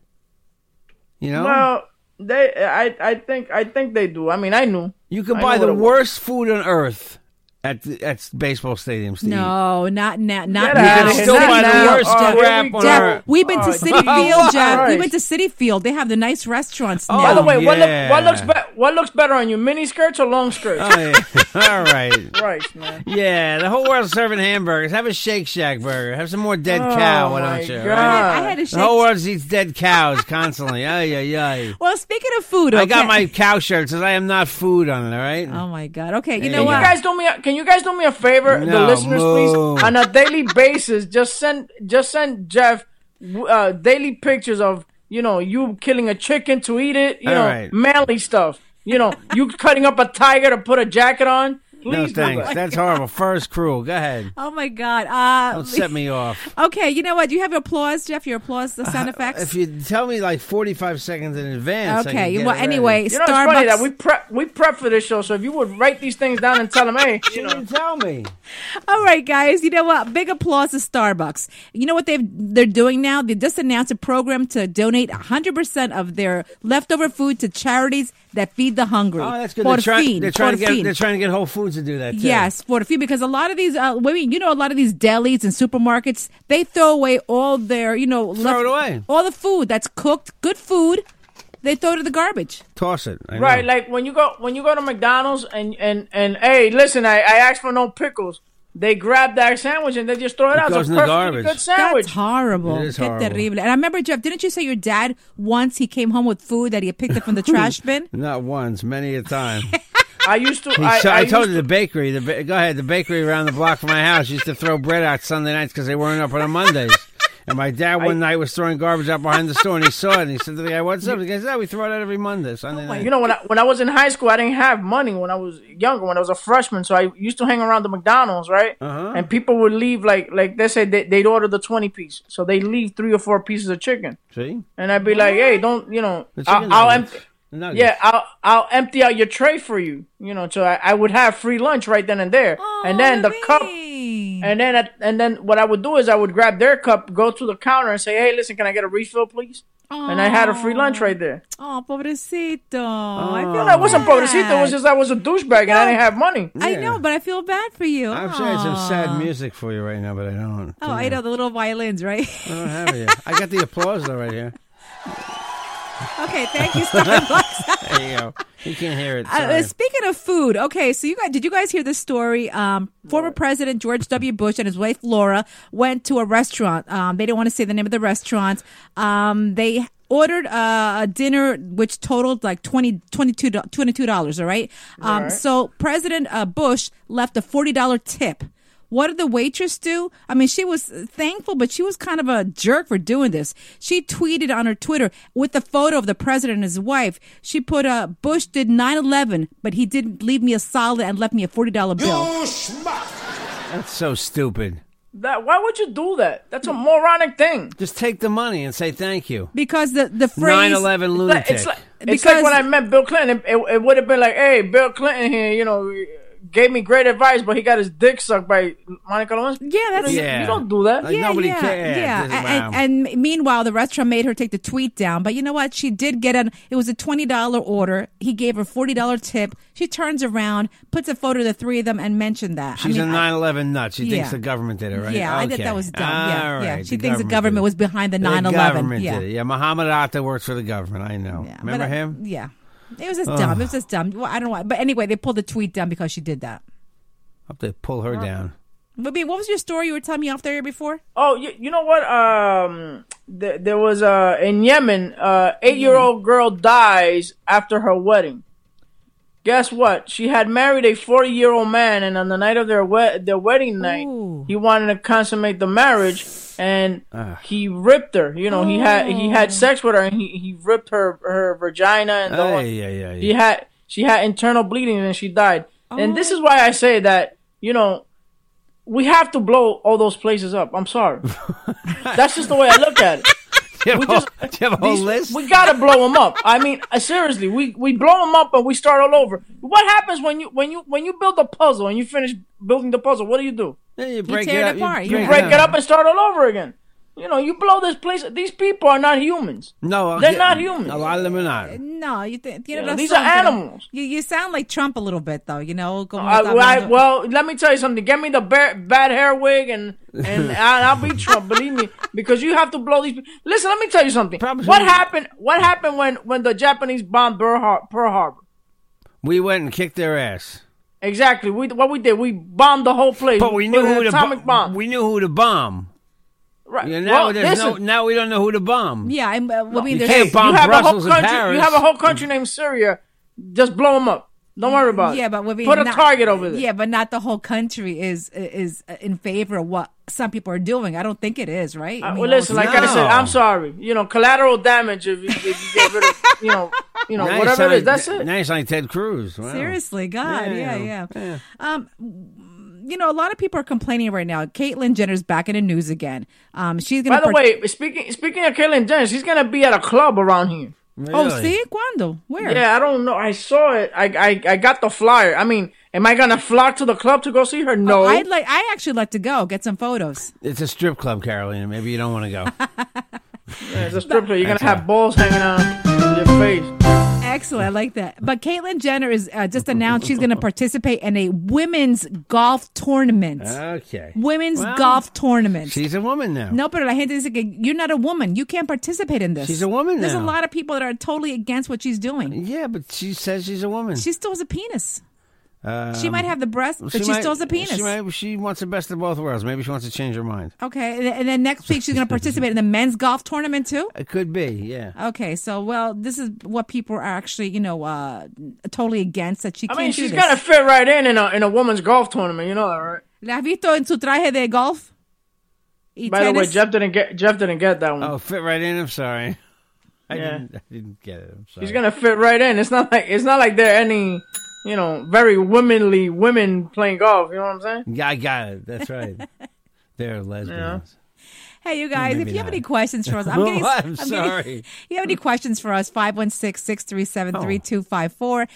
[SPEAKER 4] You know,
[SPEAKER 3] Well, they, I, I think, I think they do. I mean, I knew.
[SPEAKER 4] you can
[SPEAKER 3] I
[SPEAKER 4] buy
[SPEAKER 3] know
[SPEAKER 4] the
[SPEAKER 3] what it was.
[SPEAKER 4] worst food on earth at the, at baseball stadiums. To eat.
[SPEAKER 2] No, not now. Not now.
[SPEAKER 3] Get outta
[SPEAKER 4] you can
[SPEAKER 3] here.
[SPEAKER 4] still
[SPEAKER 3] Not
[SPEAKER 4] buy the
[SPEAKER 3] now.
[SPEAKER 4] worst
[SPEAKER 3] Oh, here
[SPEAKER 4] crap
[SPEAKER 3] we
[SPEAKER 4] on
[SPEAKER 3] go.
[SPEAKER 4] earth.
[SPEAKER 2] We've been to
[SPEAKER 3] Oh,
[SPEAKER 2] City
[SPEAKER 3] Jesus
[SPEAKER 2] Field, Jeff. We
[SPEAKER 3] Christ.
[SPEAKER 2] went to City Field. They have the nice restaurants
[SPEAKER 4] Oh,
[SPEAKER 3] By
[SPEAKER 2] now.
[SPEAKER 3] the way, what,
[SPEAKER 4] yeah.
[SPEAKER 3] look, what looks be- what looks better on you, mini skirts or long skirts?
[SPEAKER 4] Oh, yeah. All right.
[SPEAKER 3] Christ, man.
[SPEAKER 4] Yeah, the whole world's serving hamburgers. Have a Shake Shack burger. Have some more dead cow, why
[SPEAKER 3] my
[SPEAKER 4] don't you?
[SPEAKER 3] God.
[SPEAKER 4] right?
[SPEAKER 2] I had a
[SPEAKER 4] The whole
[SPEAKER 2] shake.
[SPEAKER 4] world eats dead cows constantly. Ay, ay, ay.
[SPEAKER 2] Well, speaking of food, okay.
[SPEAKER 4] I got my cow shirt. It Says I am not food on it. All right.
[SPEAKER 2] Oh my God. Okay, you
[SPEAKER 4] There
[SPEAKER 2] know
[SPEAKER 4] you
[SPEAKER 3] Can
[SPEAKER 2] what?
[SPEAKER 3] you guys do me? A, can you guys do me a favor,
[SPEAKER 4] No,
[SPEAKER 3] the listeners,
[SPEAKER 4] move.
[SPEAKER 3] please? On a daily basis, just send just send Jeff uh, daily pictures of you know you killing a chicken to eat it. You
[SPEAKER 4] All
[SPEAKER 3] know,
[SPEAKER 4] right.
[SPEAKER 3] manly stuff. You know, you cutting up a tiger to put a jacket on. Please
[SPEAKER 4] no
[SPEAKER 3] do
[SPEAKER 4] thanks.
[SPEAKER 3] that.
[SPEAKER 4] That's horrible. First cruel. Go ahead.
[SPEAKER 2] Oh my God. Uh,
[SPEAKER 4] Don't set me off.
[SPEAKER 2] Okay, you know what? Do you have your applause, Jeff? Your applause, the sound effects.
[SPEAKER 4] If you tell me like forty five seconds in advance, I can
[SPEAKER 2] okay.
[SPEAKER 4] get
[SPEAKER 2] Well,
[SPEAKER 4] it ready.
[SPEAKER 2] anyway,
[SPEAKER 3] You know,
[SPEAKER 2] Starbucks.
[SPEAKER 3] it's funny that we prep we prep for this show. So if you would write these things down and tell them, hey, you
[SPEAKER 4] You
[SPEAKER 3] know,
[SPEAKER 4] didn't tell me.
[SPEAKER 2] All right, guys. You know what? Big applause to Starbucks. You know what they've they're doing now? They just announced a program to donate 100 percent of their leftover food to charities that feed the hungry.
[SPEAKER 4] Oh, that's good. They're, try-
[SPEAKER 2] Por fin,
[SPEAKER 4] they're trying to
[SPEAKER 2] por
[SPEAKER 4] get
[SPEAKER 2] fin.
[SPEAKER 4] they're trying to get Whole Foods to do that. Too.
[SPEAKER 2] Yes, for the few because a lot of these uh, women, you know, a lot of these delis and supermarkets, they throw away all their, you know,
[SPEAKER 4] Throw it away.
[SPEAKER 2] all the food that's cooked, good food, they throw to the garbage.
[SPEAKER 4] Toss it. I
[SPEAKER 3] right?
[SPEAKER 4] know.
[SPEAKER 3] Like when you go when you go to McDonald's and and and hey, listen, I, I asked for no pickles. They grab that sandwich and they just throw it, out. It's
[SPEAKER 4] goes in
[SPEAKER 3] a
[SPEAKER 4] the
[SPEAKER 3] perfectly
[SPEAKER 4] garbage.
[SPEAKER 3] good
[SPEAKER 2] That's
[SPEAKER 3] sandwich.
[SPEAKER 2] horrible.
[SPEAKER 4] It is
[SPEAKER 2] Qué
[SPEAKER 4] horrible.
[SPEAKER 2] terrible. And I remember, Jeff, didn't you say your dad once he came home with food that he had picked up from the trash bin?
[SPEAKER 4] Not once, many a time.
[SPEAKER 3] I used to.
[SPEAKER 4] He
[SPEAKER 3] I,
[SPEAKER 4] so-
[SPEAKER 3] I
[SPEAKER 4] I,
[SPEAKER 3] used
[SPEAKER 4] told you the bakery. The ba- go ahead. The bakery around the block from my house used to throw bread out Sunday nights because they weren't up on Mondays. And my dad one night was throwing garbage out behind the store, and he saw it, and he said to the guy, "What's up?" The guy said, "Oh, "We throw it out every Monday, Sunday night."
[SPEAKER 3] You know, when I, when I was in high school, I didn't have money when I was younger, when I was a freshman. So I used to hang around the McDonald's, right?
[SPEAKER 4] Uh-huh.
[SPEAKER 3] And people would leave, like, like they said, they, they'd order the 20 piece. So they leave three or four pieces of chicken.
[SPEAKER 4] See,
[SPEAKER 3] And I'd be like, hey, don't, you know,
[SPEAKER 4] The chicken
[SPEAKER 3] I'll, I'll
[SPEAKER 4] nuggets.
[SPEAKER 3] empty.
[SPEAKER 4] The nuggets.
[SPEAKER 3] Yeah, I'll I'll empty out your tray for you. You know, so I, I would have free lunch right then and there. and then the
[SPEAKER 2] Oh,
[SPEAKER 3] cup
[SPEAKER 2] Laveen.
[SPEAKER 3] and then at, and then what I would do is I would grab their cup, go to the counter and say, "Hey, listen, can I get a refill, please?" And I had a free lunch right there.
[SPEAKER 2] Oh, pobrecito. I feel
[SPEAKER 3] No, I Oh, wasn't
[SPEAKER 2] bad.
[SPEAKER 3] pobrecito. It was just I was a douchebag and I didn't have money.
[SPEAKER 2] I
[SPEAKER 4] Yeah.
[SPEAKER 2] know, but I feel bad for you.
[SPEAKER 4] I'm saying some sad
[SPEAKER 2] Aw.
[SPEAKER 4] music for you right now, but I don't.
[SPEAKER 2] Oh, I know the little violins, right?
[SPEAKER 4] I don't have it. yet. I got the applause though right here.
[SPEAKER 2] okay, thank you, Starbucks.
[SPEAKER 4] There you go. You can't hear it.
[SPEAKER 2] Uh,
[SPEAKER 4] Sorry.
[SPEAKER 2] speaking of food, okay, so you guys did you guys hear this story? Um, former President George W. Bush and his wife Laura went to a restaurant. Um, they didn't want to say the name of the restaurant. Um, they ordered uh, a dinner which totaled like 20 $22 $22, all right? Um, So President uh, Bush left a $40 tip. What did the waitress do? I mean, she was thankful, but she was kind of a jerk for doing this. She tweeted on her Twitter with the photo of the president and his wife. She put uh, Bush did 9 11, but he didn't leave me a solid and left me a $40 bill.
[SPEAKER 1] You schmuck.
[SPEAKER 4] That's so stupid.
[SPEAKER 3] That why would you do that? That's a moronic thing.
[SPEAKER 4] Just take the money and say thank you.
[SPEAKER 2] Because the, the phrase.
[SPEAKER 4] 9 11
[SPEAKER 3] It's like-
[SPEAKER 4] lunatic.
[SPEAKER 3] It's like, it's like when I
[SPEAKER 2] Because-
[SPEAKER 3] met Bill Clinton, it, it, it would have been like, hey, Bill Clinton here, you know, gave me great advice, but he got his dick sucked by Monica Lewinsky.
[SPEAKER 2] Yeah, that's.
[SPEAKER 4] yeah.
[SPEAKER 3] You don't do that.
[SPEAKER 4] Like, nobody cares.
[SPEAKER 2] Yeah,
[SPEAKER 4] Wow.
[SPEAKER 2] And- And, and meanwhile, the restaurant made her take the tweet down. But you know what? She did get an. It was a twenty dollar order. He gave her forty dollar tip. She turns around, puts a photo of the three of them, and mentioned that.
[SPEAKER 4] She's
[SPEAKER 2] I mean,
[SPEAKER 4] a
[SPEAKER 2] I-
[SPEAKER 4] 9 11 nut. She thinks
[SPEAKER 2] Yeah.
[SPEAKER 4] the government did it, right?
[SPEAKER 2] Yeah, I
[SPEAKER 4] Okay.
[SPEAKER 2] think that was dumb.
[SPEAKER 4] All
[SPEAKER 2] yeah, yeah.
[SPEAKER 4] right,
[SPEAKER 2] She thinks the
[SPEAKER 4] did
[SPEAKER 2] government
[SPEAKER 4] it.
[SPEAKER 2] was behind the 9
[SPEAKER 4] The
[SPEAKER 2] 11.
[SPEAKER 4] government
[SPEAKER 2] Yeah.
[SPEAKER 4] did it. Yeah, Muhammad Atta works for the government. I know.
[SPEAKER 2] Yeah,
[SPEAKER 4] Remember
[SPEAKER 2] but, uh,
[SPEAKER 4] him?
[SPEAKER 2] Yeah. It was just dumb. It was just dumb. Well, I don't know why. But anyway, they pulled the tweet down because she did that.
[SPEAKER 4] I'll have to pull her down.
[SPEAKER 2] But B, what was your story you were telling me off the air before?
[SPEAKER 3] Oh, you, you know what? Um, th- there was uh, in Yemen, uh, eight-year-old girl dies after her wedding. Guess what? She had married a forty-year-old man, and on the night of their we- their wedding night,
[SPEAKER 2] Ooh.
[SPEAKER 3] he wanted to consummate the marriage, and he ripped her. You know, he had he had sex with her, and he, he ripped her her vagina and
[SPEAKER 2] Oh.
[SPEAKER 3] the
[SPEAKER 4] Yeah,
[SPEAKER 3] whole-
[SPEAKER 4] yeah, yeah.
[SPEAKER 3] he had she had internal bleeding and she died. And this is why I say that you know we have to blow all those places up. I'm sorry. That's just the way I look at it.
[SPEAKER 4] Do you have a whole- do you have a whole
[SPEAKER 3] These-
[SPEAKER 4] list?
[SPEAKER 3] We gotta blow them up. I mean, uh, seriously, we we blow them up and we start all over. What happens when you when you when you build a puzzle and you finish building the puzzle? What do you do?
[SPEAKER 4] Yeah, you break
[SPEAKER 2] tear it
[SPEAKER 4] up,
[SPEAKER 2] apart. You
[SPEAKER 3] You break it up and start all over again. You know, you blow this place. These people are not humans.
[SPEAKER 4] No, I'll
[SPEAKER 3] They're
[SPEAKER 4] get-
[SPEAKER 3] not human.
[SPEAKER 4] A lot of them are not.
[SPEAKER 2] No, you think you know,
[SPEAKER 3] Yeah,
[SPEAKER 2] that's
[SPEAKER 3] these are
[SPEAKER 2] something-
[SPEAKER 3] animals.
[SPEAKER 2] You you sound like Trump a little bit though, you know. Going
[SPEAKER 3] I,
[SPEAKER 2] with that
[SPEAKER 3] I-
[SPEAKER 2] Mondo-
[SPEAKER 3] Uh, well, let me tell you something. Get me the bear, bad hair wig, and and I, I'll be Trump. believe me, because you have to blow these. pe- Listen, let me tell you something.
[SPEAKER 4] Probably
[SPEAKER 3] what
[SPEAKER 4] shouldn't-
[SPEAKER 3] happened? What happened when when the Japanese bombed Pearl Har- Pearl Harbor?
[SPEAKER 4] We went and kicked their ass.
[SPEAKER 3] Exactly. We what we did? We bombed the whole place.
[SPEAKER 4] But we
[SPEAKER 3] with
[SPEAKER 4] knew
[SPEAKER 3] an
[SPEAKER 4] who to
[SPEAKER 3] atomic
[SPEAKER 4] bo-
[SPEAKER 3] bomb.
[SPEAKER 4] We knew who to bomb.
[SPEAKER 3] right.
[SPEAKER 4] Yeah, now
[SPEAKER 3] well,
[SPEAKER 4] there's
[SPEAKER 3] listen,
[SPEAKER 4] no. Now we don't know who to bomb.
[SPEAKER 2] yeah, I'm, uh, I mean,
[SPEAKER 4] you
[SPEAKER 2] there's
[SPEAKER 4] can't bomb
[SPEAKER 3] you have
[SPEAKER 4] Brussels
[SPEAKER 3] a whole
[SPEAKER 4] and
[SPEAKER 3] country.
[SPEAKER 4] Paris.
[SPEAKER 3] You have a whole country named Syria. Just blow them up. Don't worry about
[SPEAKER 2] yeah,
[SPEAKER 3] it.
[SPEAKER 2] but I mean,
[SPEAKER 3] put a
[SPEAKER 2] not-
[SPEAKER 3] target over there.
[SPEAKER 2] Yeah, but not the whole country is is in favor of what some people are doing. I don't think it is, right? I mean,
[SPEAKER 3] Uh,
[SPEAKER 2] oh,
[SPEAKER 3] well, listen,
[SPEAKER 2] all-
[SPEAKER 3] like I said,
[SPEAKER 4] No.
[SPEAKER 3] I'm sorry. You know, collateral damage if, if you get rid of, you know, you know,
[SPEAKER 4] Now you
[SPEAKER 3] whatever
[SPEAKER 4] sound
[SPEAKER 3] it is.
[SPEAKER 4] like-
[SPEAKER 3] That's it.
[SPEAKER 4] Now you sound like Ted Cruz. Wow.
[SPEAKER 2] seriously, God, yeah, yeah.
[SPEAKER 4] Yeah,
[SPEAKER 2] Um, you know, a lot of people are complaining right now. Caitlyn Jenner's back in the news again. Um, she's
[SPEAKER 3] By
[SPEAKER 2] gonna.
[SPEAKER 3] the
[SPEAKER 2] part-
[SPEAKER 3] way, speaking speaking of Caitlyn Jenner, she's gonna be at a club around here.
[SPEAKER 2] oh,
[SPEAKER 4] Really?
[SPEAKER 2] see, cuando, where?
[SPEAKER 3] Yeah, I don't know. I saw it. I I, I got the flyer. I mean, am I gonna flock to the club to go see her? No.
[SPEAKER 2] Oh, I'd like. I actually like to go get some photos.
[SPEAKER 4] It's a strip club, Carolina. Maybe you don't want to go.
[SPEAKER 3] As a stripper, you're gonna have balls hanging out your face.
[SPEAKER 2] Excellent. I like that. But Caitlyn Jenner is uh, just announced she's going to participate in a women's golf tournament.
[SPEAKER 4] okay.
[SPEAKER 2] women's
[SPEAKER 4] Well,
[SPEAKER 2] golf tournament.
[SPEAKER 4] She's a woman now.
[SPEAKER 2] No, but I hate this again. You're not a woman. You can't participate in this.
[SPEAKER 4] She's a woman
[SPEAKER 2] There's a
[SPEAKER 4] now.
[SPEAKER 2] lot of people that are totally against what she's doing.
[SPEAKER 4] Yeah, but she says she's a woman.
[SPEAKER 2] She still has a penis. she might have the breast, but she,
[SPEAKER 4] Um, might-
[SPEAKER 2] still has a penis.
[SPEAKER 4] She, might- she wants the best of both worlds. Maybe she wants to change her mind.
[SPEAKER 2] Okay, and, and then next week she's going to participate in the men's golf tournament too.
[SPEAKER 4] It could be. Yeah.
[SPEAKER 2] Okay, so well, this is what people are actually, you know, uh, totally against that she
[SPEAKER 3] I
[SPEAKER 2] can't
[SPEAKER 3] mean,
[SPEAKER 2] do
[SPEAKER 3] she's
[SPEAKER 2] this.
[SPEAKER 3] gonna fit right in in a in a woman's golf tournament. You know that, right?
[SPEAKER 2] ¿La has visto en su traje de golf? Y
[SPEAKER 3] By the way,
[SPEAKER 2] tennis?
[SPEAKER 3] Jeff didn't get Jeff didn't get that one.
[SPEAKER 4] Oh, fit right in. I'm sorry. I,
[SPEAKER 3] Yeah.
[SPEAKER 4] didn't, I didn't get it. I'm sorry.
[SPEAKER 3] He's gonna fit right in. It's not like it's not like there are any, you know, very womanly women playing golf. You know what I'm saying?
[SPEAKER 4] Yeah, I got it. That's right. They're lesbians.
[SPEAKER 2] Hey, you guys, if
[SPEAKER 4] maybe
[SPEAKER 2] you have
[SPEAKER 4] not.
[SPEAKER 2] any questions for us, I'm getting.
[SPEAKER 4] I'm
[SPEAKER 2] getting-
[SPEAKER 4] sorry.
[SPEAKER 2] you have any questions for us, 516-637-3254,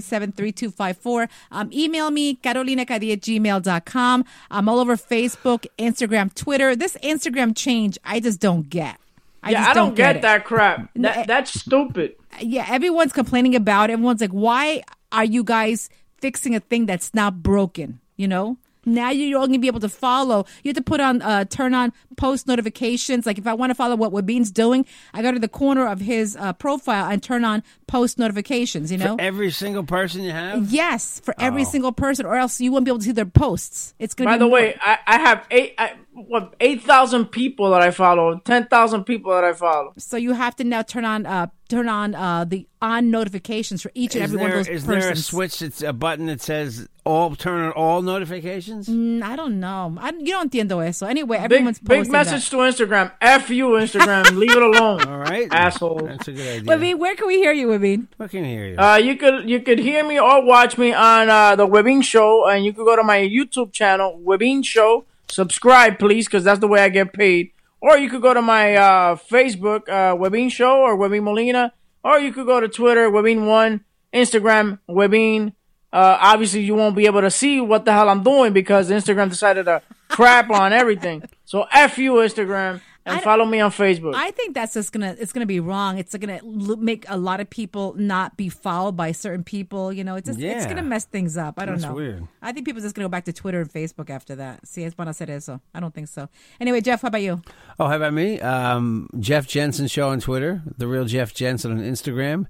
[SPEAKER 2] 516-637-3254. Um, email me, carolinacadie at gmail.com. I'm all over Facebook, Instagram, Twitter. This Instagram change, I just don't get. I
[SPEAKER 3] yeah,
[SPEAKER 2] just
[SPEAKER 3] I don't
[SPEAKER 2] get,
[SPEAKER 3] get,
[SPEAKER 2] it.
[SPEAKER 3] that crap.
[SPEAKER 2] No, eh,
[SPEAKER 3] That,
[SPEAKER 2] it-
[SPEAKER 3] that's stupid.
[SPEAKER 2] Yeah, everyone's complaining about it. Everyone's like, why are you guys fixing a thing that's not broken? You know? Now you're only gonna be able to follow. You have to put on, uh, turn on post notifications. Like if I want to follow what Wabin's doing, I go to the corner of his uh, profile and turn on post notifications. You know,
[SPEAKER 4] Every single person you have. Oh.
[SPEAKER 2] yes, for every single person, or else you won't be able to see their posts. It's gonna.
[SPEAKER 3] By
[SPEAKER 2] be
[SPEAKER 3] the
[SPEAKER 2] more-
[SPEAKER 3] way, I, I have eight. I, what eight thousand people that I follow, ten thousand people that I follow.
[SPEAKER 2] So you have to now turn on uh turn on uh the on notifications for each and
[SPEAKER 4] Is
[SPEAKER 2] every one
[SPEAKER 4] there,
[SPEAKER 2] of those
[SPEAKER 4] is
[SPEAKER 2] persons.
[SPEAKER 4] there a switch? It's a button that says all turn on all notifications.
[SPEAKER 2] Mm, I don't know. I, you don't entiendo eso. Anyway,
[SPEAKER 3] Big,
[SPEAKER 2] everyone's
[SPEAKER 3] big
[SPEAKER 2] posting
[SPEAKER 3] message
[SPEAKER 2] That.
[SPEAKER 3] to Instagram. F you, Instagram. Leave it alone.
[SPEAKER 4] All right,
[SPEAKER 3] Asshole.
[SPEAKER 4] That's a good idea.
[SPEAKER 2] Waveen, where can we hear you, Waveen?
[SPEAKER 4] I can hear you.
[SPEAKER 3] Uh, you could you could hear me or watch me on uh, the Webin Show, and you could go to my YouTube channel, Webin Show. Subscribe, please, because that's the way I get paid. Or you could go to my uh, Facebook, uh, Webin Show, or Webin Molina. Or you could go to Twitter, Webin One, Instagram, Webin. Uh, obviously, you won't be able to see what the hell I'm doing because Instagram decided to crap on everything. So f you, Instagram, and follow me on Facebook.
[SPEAKER 2] I think that's just gonna it's gonna be wrong. It's gonna l- make a lot of people not be followed by certain people. You know, it's just it's
[SPEAKER 4] Yeah.
[SPEAKER 2] gonna mess things up. I don't
[SPEAKER 4] That's
[SPEAKER 2] know.
[SPEAKER 4] weird.
[SPEAKER 2] I think people just gonna go back to Twitter and Facebook after that. See, es van a hacer eso. I don't think so. Anyway, Jeff, how about you?
[SPEAKER 4] Oh, how about me? Um, Jeff Jensen Show on Twitter, The Real Jeff Jensen on Instagram,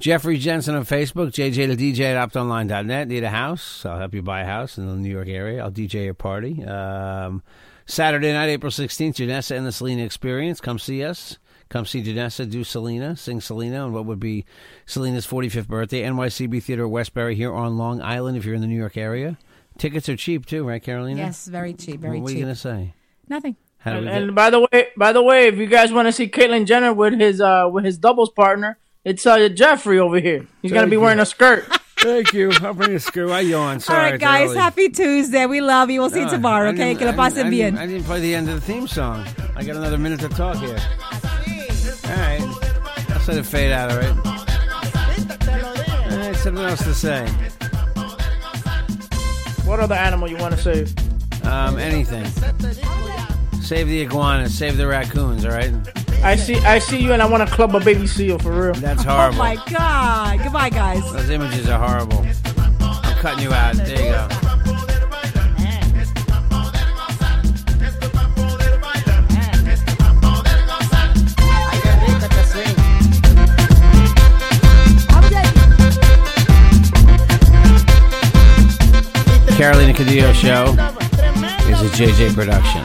[SPEAKER 4] Jeffrey Jensen on Facebook, JJ the DJ at optonline.net. Need a house? I'll help you buy a house in the New York area. I'll DJ your party. Um, Saturday night, April 16th, Janessa and the Selena Experience. Come see us. Come see Janessa do Selena, sing Selena on what would be Selena's 45th birthday. NYCB Theater at Westbury here on Long Island if you're in the New York area. Tickets are cheap too, right, Carolina?
[SPEAKER 2] Yes, very cheap, very
[SPEAKER 4] what are
[SPEAKER 2] cheap.
[SPEAKER 4] you going to say?
[SPEAKER 2] Nothing.
[SPEAKER 4] How do we
[SPEAKER 3] And,
[SPEAKER 4] get-
[SPEAKER 3] and by the way, by the way, if you guys want to see Caitlyn Jenner with his uh with his doubles partner, it's uh Jeffrey over here. He's gonna be wearing a skirt.
[SPEAKER 4] Thank you. I'll bring a screw. I yawn. Sorry.
[SPEAKER 2] All right, guys.
[SPEAKER 4] it's early.
[SPEAKER 2] Happy Tuesday. We love you. We'll see you
[SPEAKER 4] Ah,
[SPEAKER 2] tomorrow.
[SPEAKER 4] I
[SPEAKER 2] Okay,
[SPEAKER 4] didn't-
[SPEAKER 2] que la
[SPEAKER 4] I
[SPEAKER 2] pasen
[SPEAKER 4] didn't- I
[SPEAKER 2] bien.
[SPEAKER 4] didn't- I didn't play the end of the theme song. I got another minute to talk here. All right. I'll let it fade out, all right? All right, something else to say.
[SPEAKER 3] What other animal you want to save?
[SPEAKER 4] Um, anything. Save the iguanas. Save the raccoons, all right?
[SPEAKER 3] I see, I see you, and I want to club a baby seal for real.
[SPEAKER 4] That's
[SPEAKER 2] Oh
[SPEAKER 4] horrible.
[SPEAKER 2] my God. Goodbye, guys.
[SPEAKER 4] Those images are horrible. I'm cutting you out. There you go. Carolina Cadillo Show is a JJ production.